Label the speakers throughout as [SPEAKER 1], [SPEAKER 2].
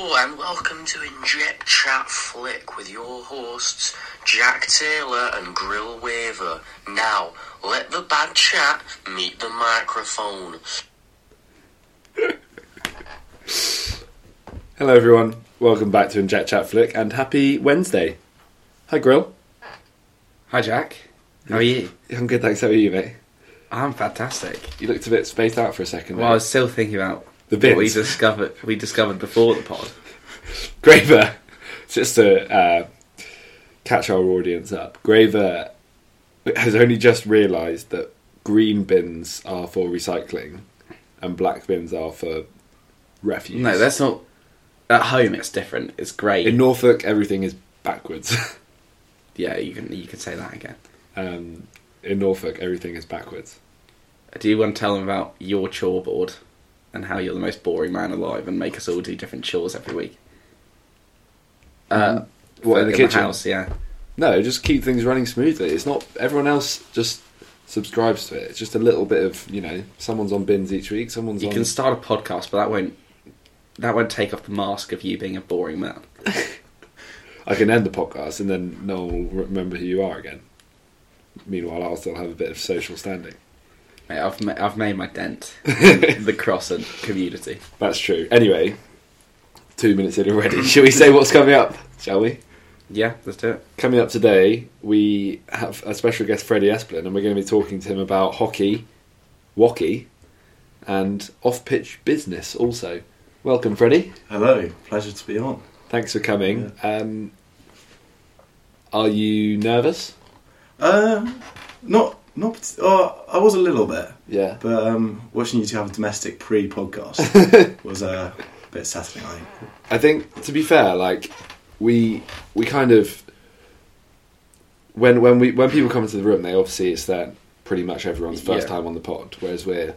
[SPEAKER 1] Welcome to Inject Chat Flick with your hosts Jack Taylor and Grill Waver. Now, let the bad chat meet the microphone.
[SPEAKER 2] Hello, everyone. Welcome back to Inject Chat Flick and happy Wednesday. Hi, Grill.
[SPEAKER 3] Hi Jack, how are you?
[SPEAKER 2] I'm good, thanks. How are you, mate?
[SPEAKER 3] I'm fantastic.
[SPEAKER 2] You looked a bit spaced out for a second.
[SPEAKER 3] Well,
[SPEAKER 2] there.
[SPEAKER 3] I was still thinking about
[SPEAKER 2] The
[SPEAKER 3] what we
[SPEAKER 2] bins.
[SPEAKER 3] discovered. We discovered before the pod.
[SPEAKER 2] Graver, just to uh, catch our audience up, Graver has only just realised that green bins are for recycling and black bins are for refuse.
[SPEAKER 3] No, that's not. At home, it's different. It's great.
[SPEAKER 2] in Norfolk. Everything is backwards.
[SPEAKER 3] yeah, you can you can say that again.
[SPEAKER 2] um, in Norfolk, everything is backwards.
[SPEAKER 3] Do you want to tell them about your chore board and how you're the most boring man alive and make us all do different chores every week? Uh,
[SPEAKER 2] What in the
[SPEAKER 3] in
[SPEAKER 2] kitchen?
[SPEAKER 3] the house, yeah.
[SPEAKER 2] No, just keep things running smoothly. It's not everyone else just subscribes to it. It's just a little bit of you know someone's on bins each week. Someone's
[SPEAKER 3] You
[SPEAKER 2] on.
[SPEAKER 3] can start a podcast, but that won't that won't take off the mask of you being a boring man.
[SPEAKER 2] I can end the podcast and then no one will remember who you are again. Meanwhile, I'll still have a bit of social standing.
[SPEAKER 3] Mate, I've ma- I've made my dent in the crossing community.
[SPEAKER 2] That's true. Anyway, two minutes in already. Shall we say what's coming up? Shall we?
[SPEAKER 3] Yeah, let's do it.
[SPEAKER 2] Coming up today, we have a special guest, Freddie Esplin, and we're going to be talking to him about hockey, wocky, and off-pitch business. Also, welcome, Freddie.
[SPEAKER 4] Hello, pleasure to be on.
[SPEAKER 2] Thanks for coming. Um, are you nervous?
[SPEAKER 4] Um, not not. pat- Oh, I was a little bit,
[SPEAKER 2] Yeah.
[SPEAKER 4] but um, watching you two have a domestic pre-podcast was uh, a bit Saturday night.
[SPEAKER 2] I think to be fair, like we we kind of when when we when people come into the room, they obviously it's their pretty much everyone's first
[SPEAKER 3] Yeah.
[SPEAKER 2] time on the pod, whereas we're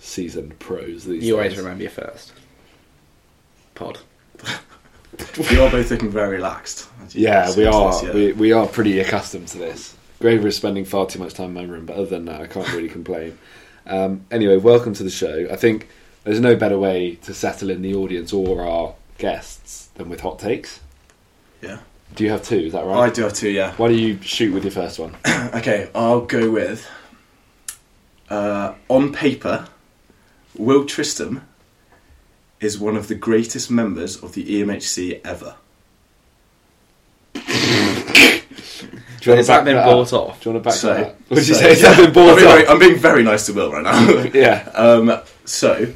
[SPEAKER 2] seasoned pros. These
[SPEAKER 3] You always
[SPEAKER 2] days.
[SPEAKER 3] remember your first pod.
[SPEAKER 4] You are both looking very relaxed. as you
[SPEAKER 2] Yeah,
[SPEAKER 4] said
[SPEAKER 2] we
[SPEAKER 4] to
[SPEAKER 2] are
[SPEAKER 4] us, yeah.
[SPEAKER 2] We, we are pretty accustomed to this. Graver is spending far too much time in my room, but other than that, I can't really complain. Um, anyway, welcome to the show. I think there's no better way to settle in the audience or our guests than with hot takes.
[SPEAKER 4] yeah.
[SPEAKER 2] Do you have two? Is that
[SPEAKER 4] I
[SPEAKER 2] right?
[SPEAKER 4] do have two. Yeah.
[SPEAKER 2] Why do you shoot with your first one?
[SPEAKER 4] Okay, I'll go with. Uh, on paper, Will Tristram is one of the greatest members of the E EMHC ever.
[SPEAKER 2] Do you
[SPEAKER 3] Has
[SPEAKER 2] wanna
[SPEAKER 3] that been
[SPEAKER 2] back
[SPEAKER 3] bought
[SPEAKER 2] up?
[SPEAKER 3] off?
[SPEAKER 2] Do you want to back
[SPEAKER 4] So-
[SPEAKER 2] that up? Would you
[SPEAKER 4] so-
[SPEAKER 2] say has that been
[SPEAKER 4] I'm
[SPEAKER 2] bought
[SPEAKER 4] being, very,
[SPEAKER 2] up?
[SPEAKER 4] I'm being very nice to Will right now.
[SPEAKER 2] Yeah.
[SPEAKER 4] Um, so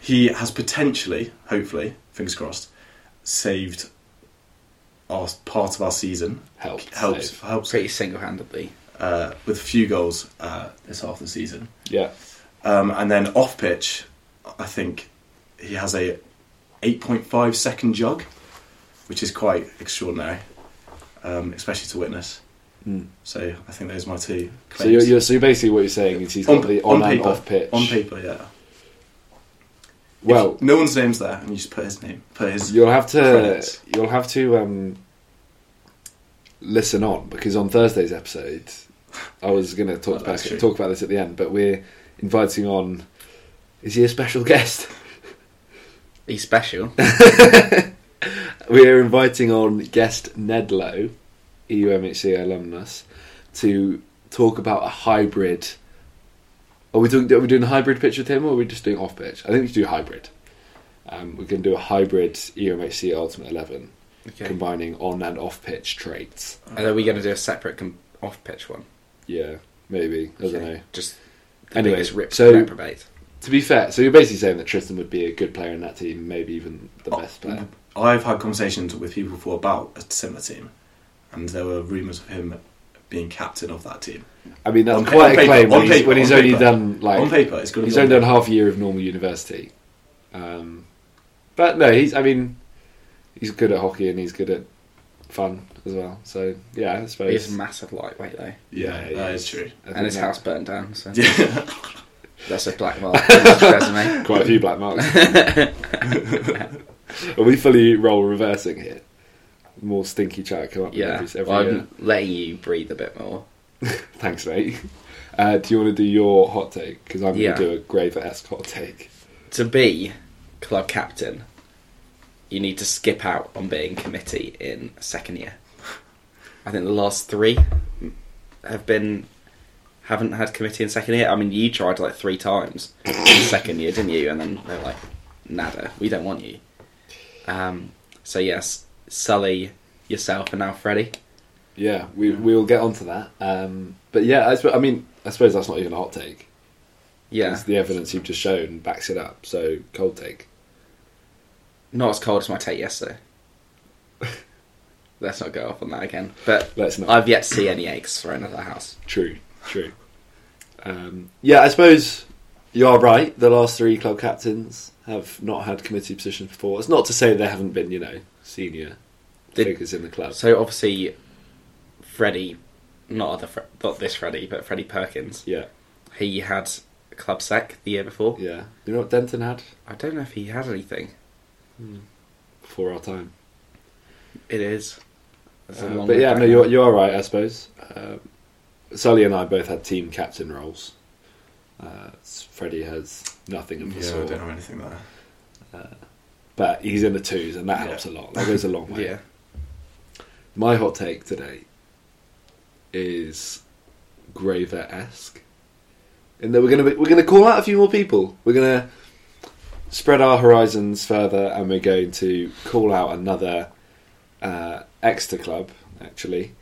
[SPEAKER 4] he has potentially, hopefully, fingers crossed, saved our part of our season.
[SPEAKER 2] Helped
[SPEAKER 4] helps
[SPEAKER 2] save.
[SPEAKER 4] helps
[SPEAKER 3] Pretty single-handedly.
[SPEAKER 4] uh, with a few goals uh, this half of the season.
[SPEAKER 2] Yeah.
[SPEAKER 4] Um, and then off pitch, I think he has a 8.5 second jug, which is quite extraordinary, um, especially to witness. So I think those are my two
[SPEAKER 2] Hmm. So
[SPEAKER 4] claims.
[SPEAKER 2] you're, you're so basically what you're saying is he's got the on, and off pitch.
[SPEAKER 4] On paper, yeah.
[SPEAKER 2] Well,
[SPEAKER 4] No one's name's there, and you just put his name. Put his.
[SPEAKER 2] You'll have to
[SPEAKER 4] credits.
[SPEAKER 2] you'll have to um, listen on because on Thursday's episode, I was going to talk
[SPEAKER 4] Oh,
[SPEAKER 2] about
[SPEAKER 4] that's true.
[SPEAKER 2] talk about this at the end, but we're inviting on. Is he a special guest?
[SPEAKER 3] He's special.
[SPEAKER 2] We're inviting on guest Ned Lowe, E EUMHC alumnus, to talk about a hybrid. Are we doing? Are we doing a hybrid pitch with him, or are we just doing off pitch? I think we should do hybrid. Um, we can do a hybrid E EUMHC Ultimate Eleven,
[SPEAKER 3] Okay.
[SPEAKER 2] combining on and off pitch traits.
[SPEAKER 3] And are we going to do a separate com- off-pitch one?
[SPEAKER 2] Yeah, maybe. I don't know.
[SPEAKER 3] Just the
[SPEAKER 2] Anyway,
[SPEAKER 3] biggest rip
[SPEAKER 2] so-
[SPEAKER 3] reprobate.
[SPEAKER 2] To be fair, so you're basically saying that Tristan would be a good player in that team, maybe even the
[SPEAKER 4] Oh,
[SPEAKER 2] best player.
[SPEAKER 4] I've had conversations with people before about a similar team, and there were rumours of him being captain of that team.
[SPEAKER 2] I mean, that's
[SPEAKER 4] On pa-
[SPEAKER 2] quite
[SPEAKER 4] on
[SPEAKER 2] a
[SPEAKER 4] paper,
[SPEAKER 2] claim when
[SPEAKER 4] on
[SPEAKER 2] he's,
[SPEAKER 4] paper,
[SPEAKER 2] when he's
[SPEAKER 4] on
[SPEAKER 2] only
[SPEAKER 4] paper.
[SPEAKER 2] done like
[SPEAKER 4] on paper, it's going to
[SPEAKER 2] he's
[SPEAKER 4] be.
[SPEAKER 2] only
[SPEAKER 4] on
[SPEAKER 2] done half a year of normal university. Um, but no, he's. I mean, he's good at hockey and he's good at fun as well. So yeah, I suppose.
[SPEAKER 3] He's a massive lightweight though,
[SPEAKER 4] Yeah,
[SPEAKER 2] he
[SPEAKER 4] that
[SPEAKER 2] is.
[SPEAKER 4] is true.
[SPEAKER 2] I think
[SPEAKER 3] and his
[SPEAKER 2] that-
[SPEAKER 3] house burnt down. So
[SPEAKER 4] Yeah.
[SPEAKER 3] that's a black mark on his resume.
[SPEAKER 2] Quite a few black marks. Are we fully role reversing here? More stinky chat come up. with
[SPEAKER 3] Yeah,
[SPEAKER 2] every, every
[SPEAKER 3] well, I'm
[SPEAKER 2] year.
[SPEAKER 3] letting you breathe a bit more.
[SPEAKER 2] Thanks, mate. Uh, do you want to do your hot take? Because I'm
[SPEAKER 3] Yeah.
[SPEAKER 2] going to do a Graver esque hot take.
[SPEAKER 3] To be club captain you need to skip out on being committee in second year. I think the last three have been haven't had committee in second year. I mean, you tried like three times in second year, didn't you? And then they're like, "Nada, we don't want you." Um, so yes, Sully, yourself, and now Freddie.
[SPEAKER 2] Yeah, we we'll get onto that. Um, but yeah, I, sp- I mean, I suppose that's not even a hot take.
[SPEAKER 3] Yeah,
[SPEAKER 2] It's The evidence you've just shown backs it up. So cold take.
[SPEAKER 3] not as cold as my take yesterday. Let's not go off on that again. But
[SPEAKER 2] Let's not.
[SPEAKER 3] I've yet to see any eggs thrown at the house.
[SPEAKER 2] True, true. Um, yeah, I suppose you are right. The last three club captains have not had committee positions before. It's not to say there haven't been, you know, senior
[SPEAKER 3] Did-
[SPEAKER 2] figures in the club.
[SPEAKER 3] So obviously, Freddie, not other, Fre- not this Freddie, but Freddie Perkins.
[SPEAKER 2] yeah,
[SPEAKER 3] He had club sec the year before.
[SPEAKER 2] yeah. You know what Denton had
[SPEAKER 3] I don't know if he had anything.
[SPEAKER 2] before our time.
[SPEAKER 3] It is. It's a
[SPEAKER 2] Uh,
[SPEAKER 3] long
[SPEAKER 2] but
[SPEAKER 3] way
[SPEAKER 2] yeah,
[SPEAKER 3] back
[SPEAKER 2] no,
[SPEAKER 3] now.
[SPEAKER 2] you're you are right. I suppose uh, Sully and I both had team captain roles. Uh, Freddie has nothing of the
[SPEAKER 4] Yeah, I
[SPEAKER 2] sort,
[SPEAKER 4] don't have anything there.
[SPEAKER 2] but he's in the twos, and that
[SPEAKER 4] Yeah.
[SPEAKER 2] helps a lot. That goes a long way.
[SPEAKER 3] Yeah.
[SPEAKER 2] My hot take today is Graver esque. And then we're gonna be, we're gonna call out a few more people. We're gonna spread our horizons further, and we're going to call out another uh, Exeter club, actually,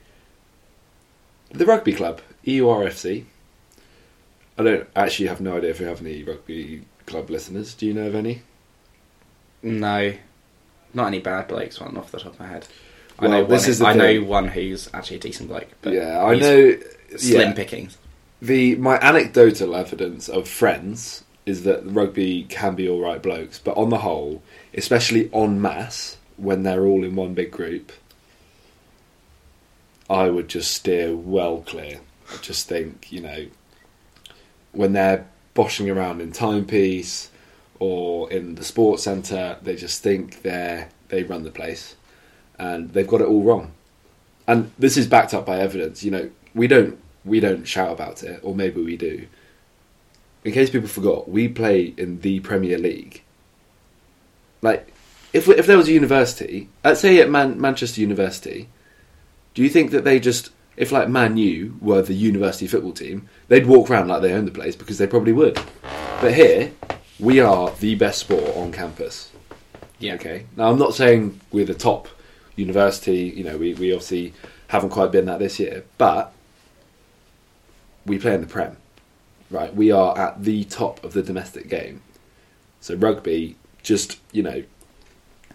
[SPEAKER 2] the rugby club E EURFC. I don't actually have no idea if we have any rugby club listeners. Do you know of any?
[SPEAKER 3] No, not any bad blokes. One off the top of my head.
[SPEAKER 2] Well,
[SPEAKER 3] I know
[SPEAKER 2] this
[SPEAKER 3] one,
[SPEAKER 2] is the
[SPEAKER 3] I know
[SPEAKER 2] thing.
[SPEAKER 3] one who's actually a decent bloke. But
[SPEAKER 2] yeah, I
[SPEAKER 3] he's
[SPEAKER 2] know.
[SPEAKER 3] Slim
[SPEAKER 2] yeah.
[SPEAKER 3] pickings.
[SPEAKER 2] the my anecdotal evidence of friends is that rugby can be all right blokes, but on the whole, especially en masse when they're all in one big group, I would just steer well clear. I just think you know when they're boshing around in timepiece or in the sports centre, they just think they're they run the place, and they've got it all wrong and this is backed up by evidence. You know, we don't we don't shout about it, or maybe we do. In case people forgot, we play in the Premier League. Like, if if there was a university, let's say at Man- Manchester University, do you think that they just if like Man U were the university football team, they'd walk around like they own the place because they probably would. But here, we are the best sport on campus.
[SPEAKER 3] Yeah.
[SPEAKER 2] Okay. Now, I'm not saying we're the top university. You know, we, we obviously haven't quite been that this year, but we play in the Prem, right? We are at the top of the domestic game. So rugby, just you know,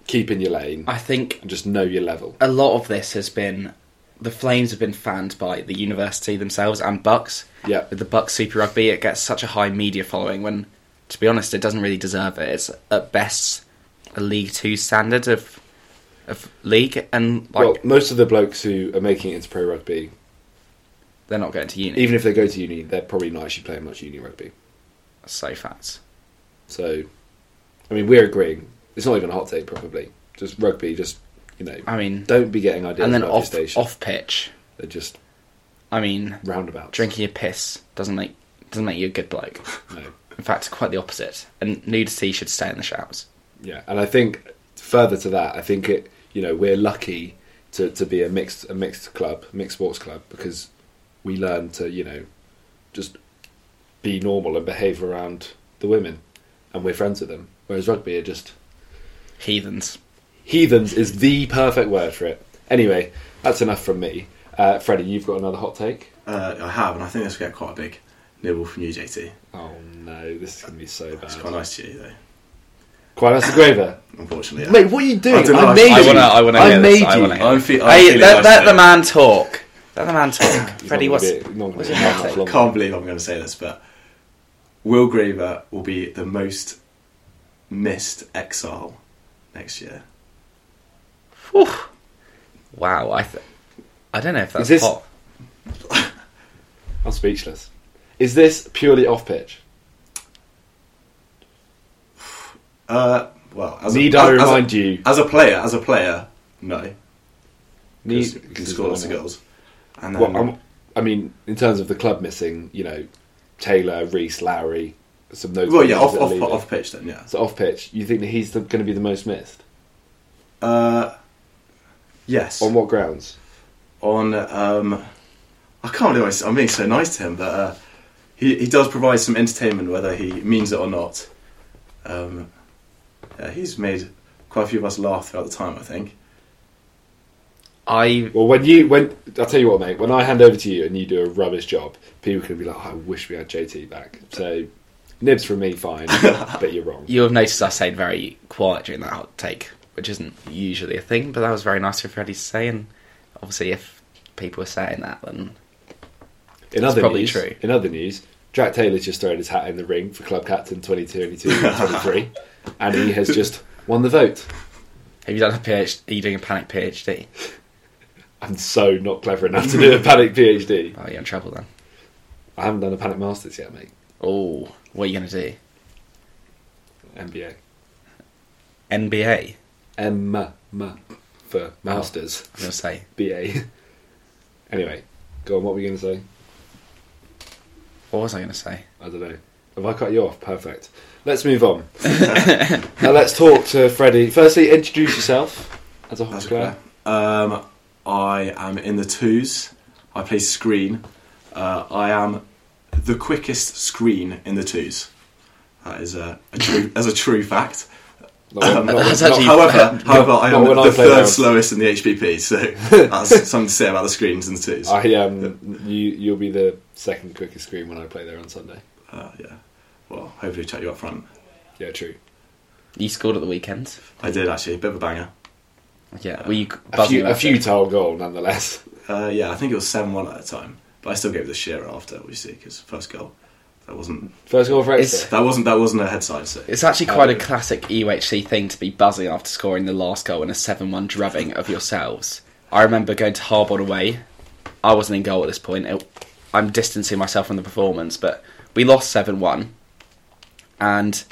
[SPEAKER 2] keep in your lane
[SPEAKER 3] I think
[SPEAKER 2] and just know your level.
[SPEAKER 3] a lot of this has been the Flames have been fanned by the university themselves and Bucks.
[SPEAKER 2] Yeah.
[SPEAKER 3] With the Bucks Super Rugby, it gets such a high media following when, to be honest, it doesn't really deserve it. It's at best a League Two standard of of league, and like
[SPEAKER 2] well, most of the blokes who are making it into pro rugby,
[SPEAKER 3] they're not going to uni.
[SPEAKER 2] even if they go to uni, they're probably not actually playing much uni rugby.
[SPEAKER 3] so fats.
[SPEAKER 2] So, I mean, we're agreeing. It's not even a hot take, probably. Just rugby, just you know.
[SPEAKER 3] I mean,
[SPEAKER 2] don't be getting ideas
[SPEAKER 3] and then
[SPEAKER 2] about your
[SPEAKER 3] off
[SPEAKER 2] station.
[SPEAKER 3] off pitch.
[SPEAKER 2] They're just
[SPEAKER 3] I mean,
[SPEAKER 2] roundabouts.
[SPEAKER 3] drinking your piss doesn't make doesn't make you a good bloke.
[SPEAKER 2] No.
[SPEAKER 3] In fact, quite the opposite. And nudity should stay in the showers.
[SPEAKER 2] Yeah, and I think further to that, I think it. You know, we're lucky to, to be a mixed a mixed club, mixed sports club, because we learn to you know just be normal and behave around the women, and we're friends with them. Whereas rugby are just
[SPEAKER 3] Heathens.
[SPEAKER 2] heathens is the perfect word for it. Anyway, that's enough from me. Uh, Freddie, you've got another hot take.
[SPEAKER 4] Uh, I have, and I think this will get quite a big nibble from you, JT.
[SPEAKER 2] Oh no, this is gonna be so bad.
[SPEAKER 4] It's quite nice to you, though.
[SPEAKER 2] Quite nice to Graver.
[SPEAKER 4] Unfortunately, yeah.
[SPEAKER 2] Mate, what are you doing?
[SPEAKER 4] I don't know,
[SPEAKER 2] I
[SPEAKER 4] I-
[SPEAKER 2] made
[SPEAKER 4] I
[SPEAKER 2] you.
[SPEAKER 3] wanna- I wanna hear
[SPEAKER 2] made
[SPEAKER 3] this, I
[SPEAKER 2] you.
[SPEAKER 3] wanna hear
[SPEAKER 4] I'm, fe- I'm
[SPEAKER 3] Hey,
[SPEAKER 4] feeling
[SPEAKER 3] let, let the
[SPEAKER 4] nice today.
[SPEAKER 3] man talk. Let the man talk. Freddie,
[SPEAKER 2] Not
[SPEAKER 3] what's
[SPEAKER 2] gonna be- not gonna
[SPEAKER 3] what's
[SPEAKER 2] be
[SPEAKER 3] your
[SPEAKER 2] half
[SPEAKER 3] hot take?
[SPEAKER 2] long.
[SPEAKER 4] can't believe I'm going to say this, but Will Graver will be the most missed exile next year.
[SPEAKER 3] Whew. Wow, I, th- I don't know if that's
[SPEAKER 2] Is this-
[SPEAKER 3] hot.
[SPEAKER 2] I'm speechless. Is this purely off pitch?
[SPEAKER 4] Uh, well, as
[SPEAKER 2] Need
[SPEAKER 4] a,
[SPEAKER 2] I
[SPEAKER 4] as- as a-
[SPEAKER 2] remind you?
[SPEAKER 4] as a player, as a player, no, because you
[SPEAKER 2] Need-
[SPEAKER 4] can score lots of goals. And then,
[SPEAKER 2] Well, I'm, I mean, in terms of the club missing, you know, Taylor, Reese, Lowry, some of those.
[SPEAKER 4] well, yeah,
[SPEAKER 2] players
[SPEAKER 4] off
[SPEAKER 2] that are
[SPEAKER 4] off,
[SPEAKER 2] leaving.
[SPEAKER 4] off pitch then, yeah.
[SPEAKER 2] So off pitch, you think that he's going to be the most missed?
[SPEAKER 4] Uh, yes.
[SPEAKER 2] On what grounds?
[SPEAKER 4] on um, I can't believe I s- I'm being so nice to him, but uh, he he does provide some entertainment, whether he means it or not. Um, yeah, he's made quite a few of us laugh throughout the time, I think.
[SPEAKER 3] I
[SPEAKER 2] Well, when you when I'll tell you what, mate. When I hand over to you and you do a rubbish job, people can be like, "I wish we had JT back." So nibs from me, fine, but you're wrong.
[SPEAKER 3] you have noticed I stayed very quiet during that hot take, which isn't usually a thing, but that was very nice of Freddie to say. And obviously, if people are saying that, then
[SPEAKER 2] In other
[SPEAKER 3] probably
[SPEAKER 2] news,
[SPEAKER 3] true.
[SPEAKER 2] in other news, Jack Taylor's just thrown his hat in the ring for club captain 2022 and 23, and he has just won the vote.
[SPEAKER 3] have you done a PhD? Are you doing a panic PhD?
[SPEAKER 2] I'm so not clever enough to do a panic PhD.
[SPEAKER 3] Oh, you're in trouble then.
[SPEAKER 2] I haven't done a panic masters yet, mate.
[SPEAKER 3] Oh, what are you going to do?
[SPEAKER 2] MBA,
[SPEAKER 3] NBA?
[SPEAKER 2] M M for masters,
[SPEAKER 3] I'm going to say.
[SPEAKER 2] BA. Anyway, go on. What were you going to say?
[SPEAKER 3] What was I going to say?
[SPEAKER 2] I don't know. Have I cut you off? Perfect. Let's move on. now let's talk to Freddie. Firstly, introduce yourself as a hockey
[SPEAKER 4] That's
[SPEAKER 2] player.
[SPEAKER 4] okay. Um, I am in the twos. I play screen. Uh, I am the quickest screen in the twos. That is a, a true, as a true fact.
[SPEAKER 2] Not, not,
[SPEAKER 3] Um, That's
[SPEAKER 2] not-
[SPEAKER 3] actually-
[SPEAKER 4] However, however, I am
[SPEAKER 2] not when I
[SPEAKER 4] the
[SPEAKER 2] play
[SPEAKER 4] third
[SPEAKER 2] now.
[SPEAKER 4] slowest in the HPP, so that's something to say about the screens and the twos.
[SPEAKER 2] I um, you you'll be the second quickest screen when I play there on Sunday.
[SPEAKER 4] Uh, yeah. Well, hopefully check you up front.
[SPEAKER 2] Yeah, true.
[SPEAKER 3] You scored at the weekend.
[SPEAKER 4] I did actually, a bit of a banger.
[SPEAKER 3] Yeah, were you
[SPEAKER 2] A
[SPEAKER 3] buzzing
[SPEAKER 2] few, a
[SPEAKER 3] about
[SPEAKER 2] few
[SPEAKER 3] it?
[SPEAKER 2] tile goal, nonetheless.
[SPEAKER 4] Uh, yeah, I think it was seven one at the time, but I still gave it a sheer after, obviously, because first goal. That wasn't
[SPEAKER 2] First goal for
[SPEAKER 3] It's-
[SPEAKER 2] Exeter.
[SPEAKER 4] that wasn't that wasn't a head side. So
[SPEAKER 3] It's actually quite a
[SPEAKER 2] Oh.
[SPEAKER 3] classic E UHC thing to be buzzing after scoring the last goal in a 7 1 drubbing of yourselves. I remember going to Harbour away. I wasn't in goal at this point. It, I'm distancing myself from the performance, but we lost 7 1. And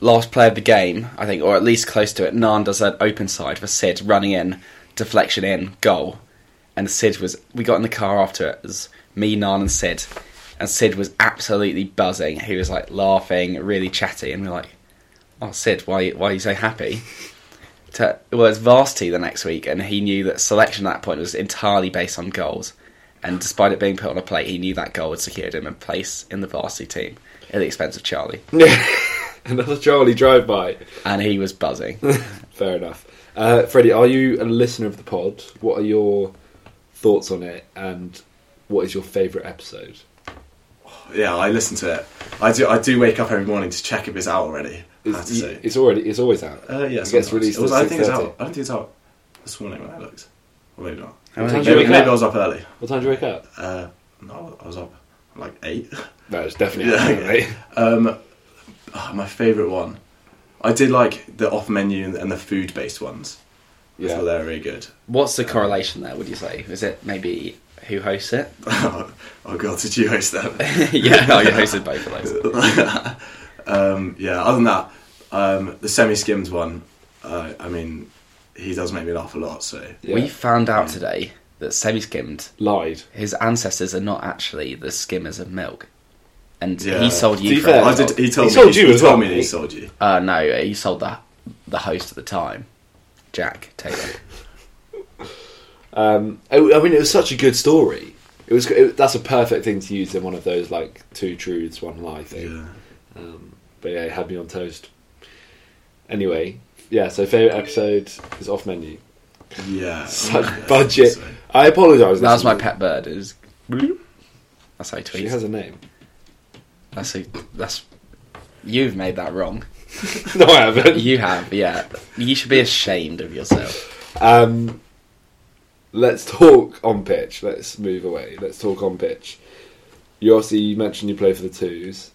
[SPEAKER 3] last play of the game, I think, or at least close to it, Nan does an open side for Sid running in, deflection in, goal. And Sid was. We got in the car after it. It was me, Nan, and Sid. And Sid was absolutely buzzing. He was like laughing, really chatty, and we're like, "Oh, Sid, why why are you so happy?" To, well, it's varsity the next week, and he knew that selection at that point was entirely based on goals. And despite it being put on a plate, he knew that goal had secured him a place in the varsity team at the expense of Charlie,
[SPEAKER 2] Another Charlie drive by.
[SPEAKER 3] and he was buzzing.
[SPEAKER 2] Fair enough. Uh, Freddie, are you a listener of the pod? What are your thoughts on it, and what is your favourite episode?
[SPEAKER 4] yeah, I listened to it. I do I do wake up every morning to check if it's out already. I have
[SPEAKER 2] It's,
[SPEAKER 4] to say.
[SPEAKER 2] it's already it's always out.
[SPEAKER 4] uh, yeah,
[SPEAKER 2] it gets
[SPEAKER 4] sometimes.
[SPEAKER 2] released.
[SPEAKER 4] It was-
[SPEAKER 2] at
[SPEAKER 4] I think it's
[SPEAKER 2] 6:30.
[SPEAKER 4] out. I don't think it's out this morning when I looked. Or maybe
[SPEAKER 3] I
[SPEAKER 4] not.
[SPEAKER 3] don't
[SPEAKER 2] What time
[SPEAKER 3] think
[SPEAKER 2] do you
[SPEAKER 4] Maybe,
[SPEAKER 2] wake
[SPEAKER 4] maybe I
[SPEAKER 2] up?
[SPEAKER 4] was up early.
[SPEAKER 2] What time do you wake up?
[SPEAKER 4] Uh, no, I was up like eight.
[SPEAKER 2] No, it's definitely
[SPEAKER 4] Yeah,
[SPEAKER 2] out,
[SPEAKER 4] okay.
[SPEAKER 2] mate.
[SPEAKER 4] Um, ah, my favourite one. I did like the off menu and- and the food based ones. I
[SPEAKER 2] Yeah.
[SPEAKER 4] thought they were really good.
[SPEAKER 3] What's the correlation there? Would you say is it maybe who hosts it?
[SPEAKER 4] oh god, did you host that?
[SPEAKER 3] yeah, I hosted both of those.
[SPEAKER 4] um, yeah. Other than that, um, the semi skims one. Uh, I mean, he does make me laugh a lot. So
[SPEAKER 2] Yeah.
[SPEAKER 3] We found out today that semi skimmed
[SPEAKER 2] Lied.
[SPEAKER 3] his ancestors are not actually the skimmers of milk. And
[SPEAKER 4] Yeah.
[SPEAKER 3] he sold
[SPEAKER 2] To
[SPEAKER 3] you
[SPEAKER 2] be
[SPEAKER 3] for
[SPEAKER 2] fair,
[SPEAKER 3] a
[SPEAKER 4] I
[SPEAKER 3] lot.
[SPEAKER 4] did. He told
[SPEAKER 2] He
[SPEAKER 4] me.
[SPEAKER 2] sold
[SPEAKER 4] he,
[SPEAKER 2] you
[SPEAKER 4] he
[SPEAKER 2] as
[SPEAKER 4] told
[SPEAKER 2] well,
[SPEAKER 4] me that he
[SPEAKER 2] mate.
[SPEAKER 4] sold you.
[SPEAKER 3] Uh, no, he sold the the host at the time, Jack Taylor.
[SPEAKER 2] Um, I, I mean, it was such a good story. It was. It, that's a perfect thing to use in one of those like two truths, one lie thing.
[SPEAKER 4] Yeah.
[SPEAKER 2] Um, but yeah, it had me on toast. Anyway, yeah. So favorite episode is off menu.
[SPEAKER 4] Yeah.
[SPEAKER 2] Such
[SPEAKER 4] Yeah,
[SPEAKER 2] budget.
[SPEAKER 4] so-
[SPEAKER 2] I apologise.
[SPEAKER 3] that was my
[SPEAKER 2] listeners.
[SPEAKER 3] pet bird. It was, that's how he
[SPEAKER 2] She
[SPEAKER 3] tweets.
[SPEAKER 2] has a name.
[SPEAKER 3] that's who, that's you've made that wrong.
[SPEAKER 2] no, I haven't.
[SPEAKER 3] You have, yeah. You should be ashamed of yourself.
[SPEAKER 2] Um, let's talk on pitch. Let's move away. Let's talk on pitch. You obviously you mentioned you play for the twos.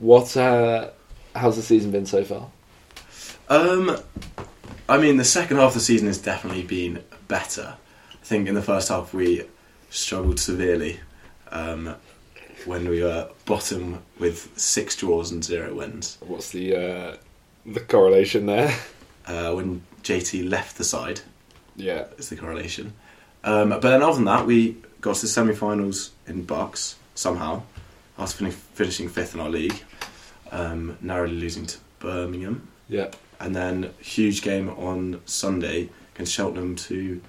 [SPEAKER 2] What? Uh, how's the season been so far?
[SPEAKER 4] Um, I mean, the second half of the season has definitely been better. I think in the first half we struggled severely um, when we were bottom with six draws and zero wins.
[SPEAKER 2] What's the uh, the correlation there?
[SPEAKER 4] Uh, when JT left the side,
[SPEAKER 2] Yeah,
[SPEAKER 4] is the correlation. Um, but then other than that, we got to the semi-finals in Bucks somehow. After fin- finishing fifth in our league, um, narrowly losing to Birmingham.
[SPEAKER 2] yeah.
[SPEAKER 4] and then huge game on Sunday against Cheltenham to.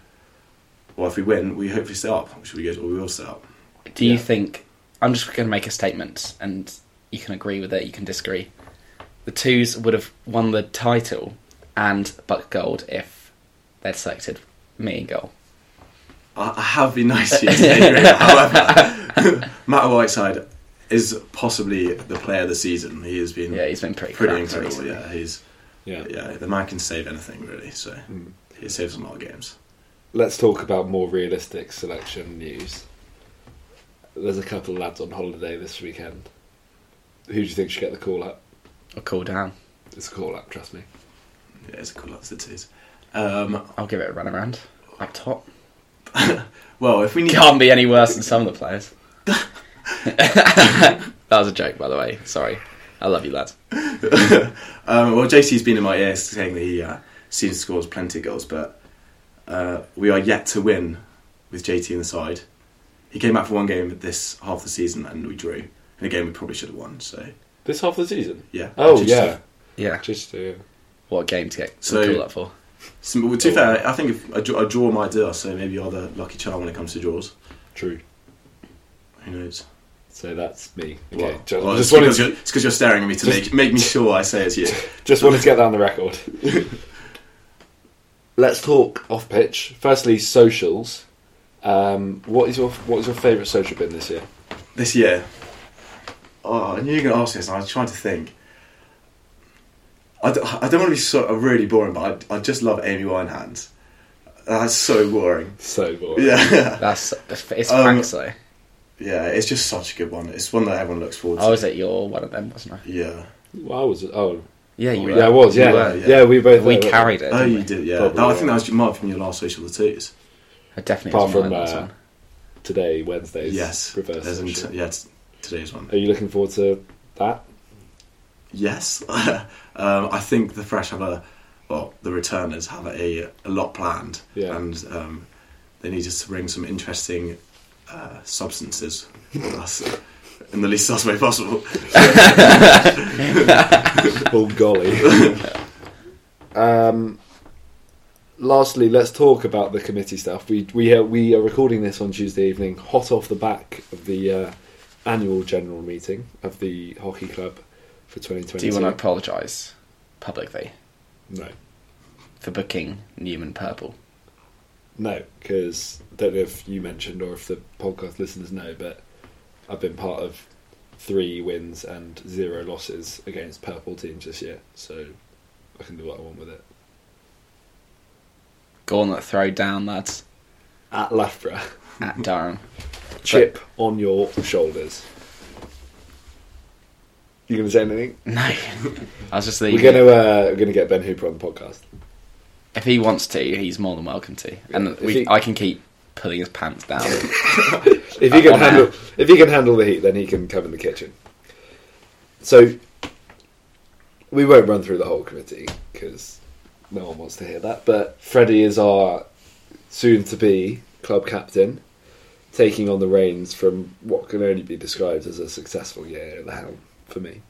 [SPEAKER 4] Well, if we win, we hopefully stay up, which will be good, or we will stay up.
[SPEAKER 3] Do you
[SPEAKER 2] Yeah.
[SPEAKER 3] think I'm just going to make a statement, and you can agree with it, you can disagree. The twos would have won the title and Buck Gold if they'd selected me in goal.
[SPEAKER 4] I, I have been nice to you today, Ray. However, Matt Whiteside is possibly the player of the season. He has been
[SPEAKER 3] Yeah, he's been pretty,
[SPEAKER 4] pretty
[SPEAKER 3] crap
[SPEAKER 4] incredible.
[SPEAKER 3] recently.
[SPEAKER 4] Yeah, he's
[SPEAKER 2] Yeah.
[SPEAKER 4] yeah the man can save anything really. So
[SPEAKER 2] Hmm.
[SPEAKER 4] he saves a lot of games.
[SPEAKER 2] Let's talk about more realistic selection news. There's a couple of lads on holiday this weekend. Who do you think should get the call up?
[SPEAKER 3] Or cool down.
[SPEAKER 2] It's a call up, trust me.
[SPEAKER 4] Yeah, it's a cool lots it is. Um,
[SPEAKER 3] I'll give it a run around. Up top.
[SPEAKER 4] well, if we need
[SPEAKER 3] Can't be any worse than some of the players. that was a joke, by the way. Sorry. I love you, lads.
[SPEAKER 4] Um, well, JC's been in my ear saying that he uh, seems to scores plenty of goals, but uh, we are yet to win with JT in the side. He came out for one game this half the season and we drew. In a game we probably should have won. So
[SPEAKER 2] This half the season?
[SPEAKER 4] yeah.
[SPEAKER 2] Oh,
[SPEAKER 4] Just-
[SPEAKER 2] yeah.
[SPEAKER 3] Yeah.
[SPEAKER 2] Just, uh,
[SPEAKER 3] What game to get
[SPEAKER 4] So-
[SPEAKER 3] the call up for?
[SPEAKER 4] So, well, to be fair, I think if a, draw- a draw might do us. So maybe you're the lucky charm when it comes to draws.
[SPEAKER 2] true.
[SPEAKER 4] Who knows?
[SPEAKER 2] So that's me. Okay.
[SPEAKER 4] Well,
[SPEAKER 2] just,
[SPEAKER 4] well,
[SPEAKER 2] just
[SPEAKER 4] it's,
[SPEAKER 2] wanted
[SPEAKER 4] because
[SPEAKER 2] to-
[SPEAKER 4] you're, it's 'cause you're staring at me to make, make me sure I say it's you.
[SPEAKER 2] Just wanted to get that on the record. Let's talk off pitch. Firstly, socials. Um, what is your what is your favourite social bin this year?
[SPEAKER 4] this year. Oh, I knew you were going to ask this, and I was trying to think. I don't, I don't want to be so uh, really boring, but I, I just love Amy Winehouse. That's so boring.
[SPEAKER 2] So boring.
[SPEAKER 4] Yeah,
[SPEAKER 3] That's it's
[SPEAKER 4] Um,
[SPEAKER 3] Frank's though.
[SPEAKER 4] yeah, it's just such a good one. It's one that everyone looks forward to.
[SPEAKER 3] I was at your one of them, wasn't I?
[SPEAKER 4] yeah.
[SPEAKER 2] Well, I was. Oh,
[SPEAKER 3] Yeah, you were.
[SPEAKER 2] yeah, I was.
[SPEAKER 3] You
[SPEAKER 2] Yeah,
[SPEAKER 3] were.
[SPEAKER 2] yeah.
[SPEAKER 4] yeah.
[SPEAKER 2] we both uh,
[SPEAKER 3] We
[SPEAKER 2] were.
[SPEAKER 3] carried it.
[SPEAKER 4] Oh,
[SPEAKER 3] didn't we?
[SPEAKER 4] you did, yeah.
[SPEAKER 2] Probably,
[SPEAKER 4] That- I think
[SPEAKER 2] yeah.
[SPEAKER 4] that was Mark from your last social the twos.
[SPEAKER 3] I definitely.
[SPEAKER 2] Apart from
[SPEAKER 3] was mine, that was
[SPEAKER 2] uh,
[SPEAKER 3] one.
[SPEAKER 2] today, Wednesday's
[SPEAKER 4] Yes,
[SPEAKER 2] reverse.
[SPEAKER 4] There's an-
[SPEAKER 2] social.
[SPEAKER 4] yeah, t- today's one.
[SPEAKER 2] Are you looking forward to that?
[SPEAKER 4] Yes, um, I think the fresh have a, well, the returners have a, a lot planned,
[SPEAKER 2] Yeah.
[SPEAKER 4] and um, they need us to bring some interesting uh, substances with us in the least sus way possible.
[SPEAKER 2] Oh golly. um, lastly, let's talk about the committee stuff. We we are, we are recording this on Tuesday evening, hot off the back of the uh, annual general meeting of the hockey club for 2020.
[SPEAKER 3] Do you want to apologise publicly
[SPEAKER 2] No,
[SPEAKER 3] for booking Newman Purple?
[SPEAKER 2] no, because I don't know if you mentioned or if the podcast listeners know, but I've been part of three wins and zero losses against purple teams this year, so I can do what I want with it.
[SPEAKER 3] Gauntlet throw down, lads,
[SPEAKER 2] At Loughborough.
[SPEAKER 3] at Durham.
[SPEAKER 2] chip on your shoulders. You gonna say anything?
[SPEAKER 3] No, I was just
[SPEAKER 2] We're
[SPEAKER 3] thinking.
[SPEAKER 2] gonna uh, we're gonna get Ben Hooper on the podcast.
[SPEAKER 3] If he wants to, he's more than welcome to, and
[SPEAKER 2] if
[SPEAKER 3] we,
[SPEAKER 2] he-
[SPEAKER 3] I can keep pulling his pants down.
[SPEAKER 2] If he can
[SPEAKER 3] on
[SPEAKER 2] handle if he can handle the heat, then he can come in the kitchen. So we won't run through the whole committee because no one wants to hear that. But Freddie is our soon-to-be club captain, taking on the reins from what can only be described as a successful year at the helm for me.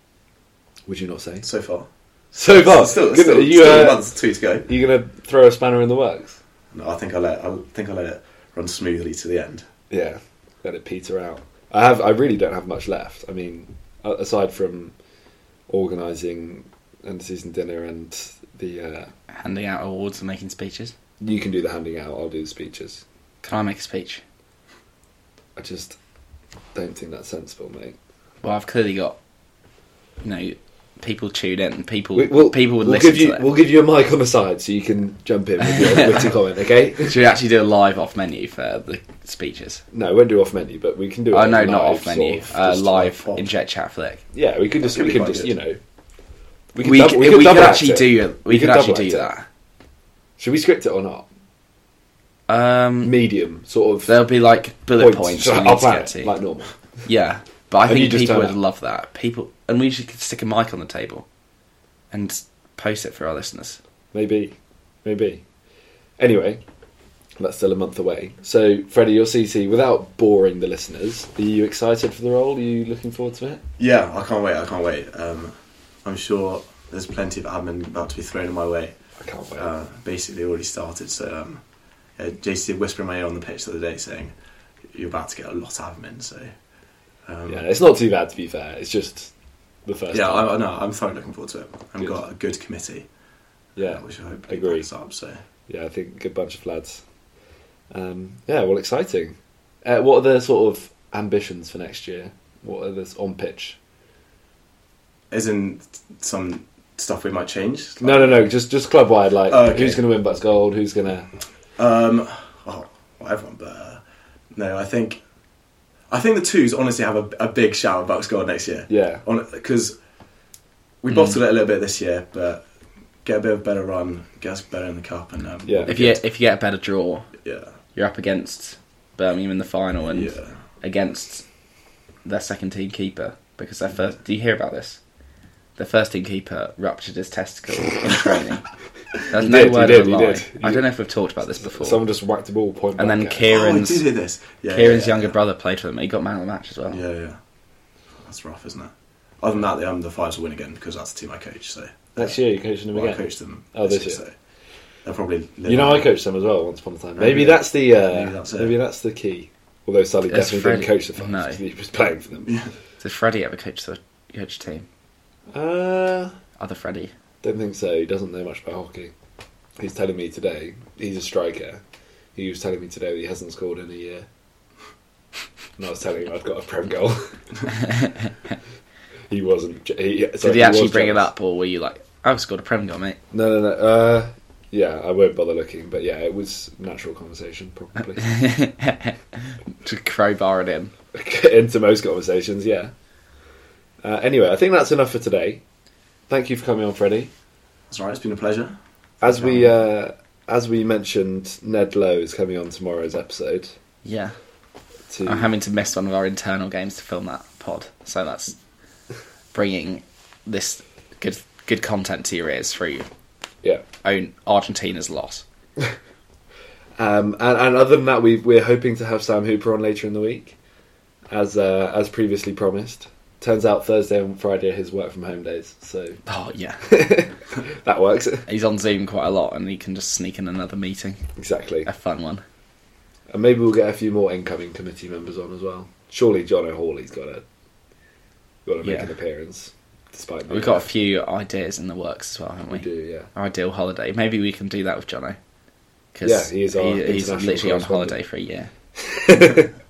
[SPEAKER 2] Would you not say?
[SPEAKER 4] so far,
[SPEAKER 2] So far,
[SPEAKER 4] still,
[SPEAKER 2] good-
[SPEAKER 4] still,
[SPEAKER 2] you,
[SPEAKER 4] still
[SPEAKER 2] uh,
[SPEAKER 4] a month, two to go.
[SPEAKER 2] You gonna throw a spanner in the works?
[SPEAKER 4] No, I think I let, I think I let it run smoothly to the end.
[SPEAKER 2] Yeah, let it peter out. I have. I really don't have much left. I mean, a- aside from organising and season dinner and the, uh,
[SPEAKER 3] handing out awards and making speeches.
[SPEAKER 2] you can do the handing out. I'll do the speeches.
[SPEAKER 3] Can I make a speech?
[SPEAKER 2] I just don't think that's sensible, mate.
[SPEAKER 3] Well, I've clearly got, you know, people tune in. People,
[SPEAKER 2] We, we'll,
[SPEAKER 3] people would
[SPEAKER 2] we'll
[SPEAKER 3] listen
[SPEAKER 2] give you.
[SPEAKER 3] to it.
[SPEAKER 2] We'll give you a mic on the side so you can jump in with your witty comment. Okay?
[SPEAKER 3] Should we actually do a live off menu for the speeches?
[SPEAKER 2] No, we won't do off menu, but we can do.
[SPEAKER 3] Oh
[SPEAKER 2] it
[SPEAKER 3] no,
[SPEAKER 2] live,
[SPEAKER 3] not off
[SPEAKER 2] sort
[SPEAKER 3] menu.
[SPEAKER 2] of,
[SPEAKER 3] Uh,
[SPEAKER 2] just-
[SPEAKER 3] live
[SPEAKER 4] pop.
[SPEAKER 3] in Jet Chat Flick.
[SPEAKER 2] Yeah, we could just.
[SPEAKER 4] could
[SPEAKER 2] We
[SPEAKER 4] be
[SPEAKER 2] could
[SPEAKER 4] quite
[SPEAKER 2] just.
[SPEAKER 4] good.
[SPEAKER 2] You know.
[SPEAKER 3] We,
[SPEAKER 2] could
[SPEAKER 3] we,
[SPEAKER 2] double-
[SPEAKER 3] could, we could
[SPEAKER 2] double act
[SPEAKER 3] actually
[SPEAKER 2] it.
[SPEAKER 3] do it. We,
[SPEAKER 2] could
[SPEAKER 3] could actually
[SPEAKER 2] double
[SPEAKER 3] do
[SPEAKER 2] act
[SPEAKER 3] that.
[SPEAKER 2] Should we script it or not?
[SPEAKER 3] Um,
[SPEAKER 2] Medium, sort of.
[SPEAKER 3] there'll be like bullet
[SPEAKER 2] points.
[SPEAKER 3] points. we
[SPEAKER 2] I'll
[SPEAKER 3] need to
[SPEAKER 2] plan
[SPEAKER 3] get
[SPEAKER 2] it,
[SPEAKER 3] to.
[SPEAKER 2] like normal.
[SPEAKER 3] yeah, but I
[SPEAKER 2] And you
[SPEAKER 3] think
[SPEAKER 2] just
[SPEAKER 3] people
[SPEAKER 2] turn
[SPEAKER 3] would
[SPEAKER 2] up.
[SPEAKER 3] love that. People, and we should stick a mic on the table, and post it for our listeners.
[SPEAKER 2] Maybe, maybe. Anyway, that's still a month away. So, Freddie, your CC. Without boring the listeners, are you excited for the role? Are you looking forward to it?
[SPEAKER 4] Yeah, I can't wait. I can't wait. Um, I'm sure there's plenty of admin about to be thrown in my way.
[SPEAKER 2] I can't wait.
[SPEAKER 4] Uh, basically, already started. So, um, yeah, JC did whisper in my ear on the pitch the other day saying, "You're about to get a lot of admin." So, um,
[SPEAKER 2] yeah, it's not too bad to be fair. It's just the first.
[SPEAKER 4] yeah,
[SPEAKER 2] time.
[SPEAKER 4] I, I know. I'm thoroughly looking forward to it. I've
[SPEAKER 2] Good.
[SPEAKER 4] got a good committee, uh,
[SPEAKER 2] yeah,
[SPEAKER 4] which I hope
[SPEAKER 2] agree.
[SPEAKER 4] picks up. So,
[SPEAKER 2] yeah. I think a good bunch of lads. Um, yeah, well, exciting. Uh, what are the sort of ambitions for next year? What are this on pitch?
[SPEAKER 4] isn't some stuff we might change?
[SPEAKER 2] No, no, no. Just just club wide. Like,
[SPEAKER 4] Oh, okay.
[SPEAKER 2] who's going to win Butts Gold? Who's going to?
[SPEAKER 4] Um, well, well, everyone, but uh, no, I think I think the twos honestly have a, a big shout about score next year.
[SPEAKER 2] Yeah. Hmm.
[SPEAKER 4] because we bottled it a little bit this year, but get a bit of a better run, get us better in the cup, and um,
[SPEAKER 2] Yeah.
[SPEAKER 3] If you if you get a better draw,
[SPEAKER 4] yeah,
[SPEAKER 3] you're up against Birmingham in the final and
[SPEAKER 4] yeah,
[SPEAKER 3] against their second team keeper because their first. Do you hear about this? Their first team keeper ruptured his testicle in training. There's no
[SPEAKER 2] did, you
[SPEAKER 3] word
[SPEAKER 2] did,
[SPEAKER 3] of a
[SPEAKER 2] you
[SPEAKER 3] lie.
[SPEAKER 2] did.
[SPEAKER 3] I
[SPEAKER 2] You-
[SPEAKER 3] don't know if we've talked about this before.
[SPEAKER 2] Someone just whacked a ball point.
[SPEAKER 3] and
[SPEAKER 2] blank
[SPEAKER 3] then
[SPEAKER 2] at-
[SPEAKER 3] Kieran's
[SPEAKER 4] oh, I did hear this. Yeah,
[SPEAKER 3] Kieran's
[SPEAKER 4] yeah,
[SPEAKER 3] younger
[SPEAKER 4] yeah.
[SPEAKER 3] brother played for them. He got man of the match as well.
[SPEAKER 4] Yeah, yeah, that's rough, isn't it? Other than that, the, um, the fives will win again because that's the team I coach. So
[SPEAKER 2] next year you're coaching them
[SPEAKER 4] Well, I
[SPEAKER 2] again.
[SPEAKER 4] coached them.
[SPEAKER 2] Oh, this year.
[SPEAKER 4] So they'll probably. live
[SPEAKER 2] You know,
[SPEAKER 4] on.
[SPEAKER 2] I coached them as well once upon a time.
[SPEAKER 4] Maybe
[SPEAKER 2] Maybe
[SPEAKER 4] that-
[SPEAKER 2] that's the uh,
[SPEAKER 4] Oh, maybe
[SPEAKER 2] maybe,
[SPEAKER 4] that's
[SPEAKER 2] that's, the
[SPEAKER 4] it.
[SPEAKER 2] key. Although Sully
[SPEAKER 3] That's
[SPEAKER 2] definitely didn't
[SPEAKER 3] Freddie.
[SPEAKER 2] coach the
[SPEAKER 3] No.
[SPEAKER 2] Flames. No. He was playing for them.
[SPEAKER 3] Did Freddie ever coach the coach the team?
[SPEAKER 2] Uh,
[SPEAKER 3] Other Freddie.
[SPEAKER 2] don't think so. He doesn't know much about hockey. He's telling me today he's a striker. He was telling me today that he hasn't scored in a year. And I was telling him I'd got a prem goal. he wasn't. je- He, sorry,
[SPEAKER 3] Did he actually
[SPEAKER 2] was
[SPEAKER 3] bring it
[SPEAKER 2] jealous.
[SPEAKER 3] up, or were you like, "I've scored a prem goal, mate"?
[SPEAKER 2] No, no, no. Uh, yeah, I won't bother looking. But yeah, it was natural conversation, probably.
[SPEAKER 3] to crowbar it in.
[SPEAKER 2] into most conversations, yeah. Uh, anyway, I think that's enough for today. Thank you for coming on, Freddie.
[SPEAKER 4] That's right. It's been a pleasure.
[SPEAKER 2] As we uh, as we mentioned, Ned Lowe is coming on tomorrow's episode.
[SPEAKER 3] Yeah,
[SPEAKER 2] To
[SPEAKER 3] I'm having to miss one of our internal games to film that pod, so that's bringing this good good content to your ears through
[SPEAKER 2] yeah,
[SPEAKER 3] own Argentina's loss.
[SPEAKER 2] um, and, and other than that, we we're hoping to have Sam Hooper on later in the week, as uh, as previously promised. Turns out Thursday and Friday are his work from home days, so
[SPEAKER 3] Oh yeah,
[SPEAKER 2] that works
[SPEAKER 3] he's on Zoom quite a lot, and he can just sneak in another meeting,
[SPEAKER 2] exactly.
[SPEAKER 3] a fun one.
[SPEAKER 2] And maybe we'll get a few more incoming committee members on as well. Surely John O'Hawley's got to got to make
[SPEAKER 3] Yeah.
[SPEAKER 2] an appearance, despite uh,
[SPEAKER 3] We've got a few ideas in the works as well, haven't we?
[SPEAKER 2] We do, yeah.
[SPEAKER 3] Our ideal holiday. Maybe we can do that with Jono. 'Cause
[SPEAKER 2] Yeah, he is our
[SPEAKER 3] he's
[SPEAKER 2] international
[SPEAKER 3] literally on
[SPEAKER 2] correspondent.
[SPEAKER 3] holiday for a year.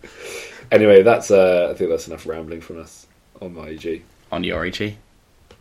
[SPEAKER 2] Anyway, that's uh, I think that's enough rambling from us on my EG.
[SPEAKER 3] on your EG.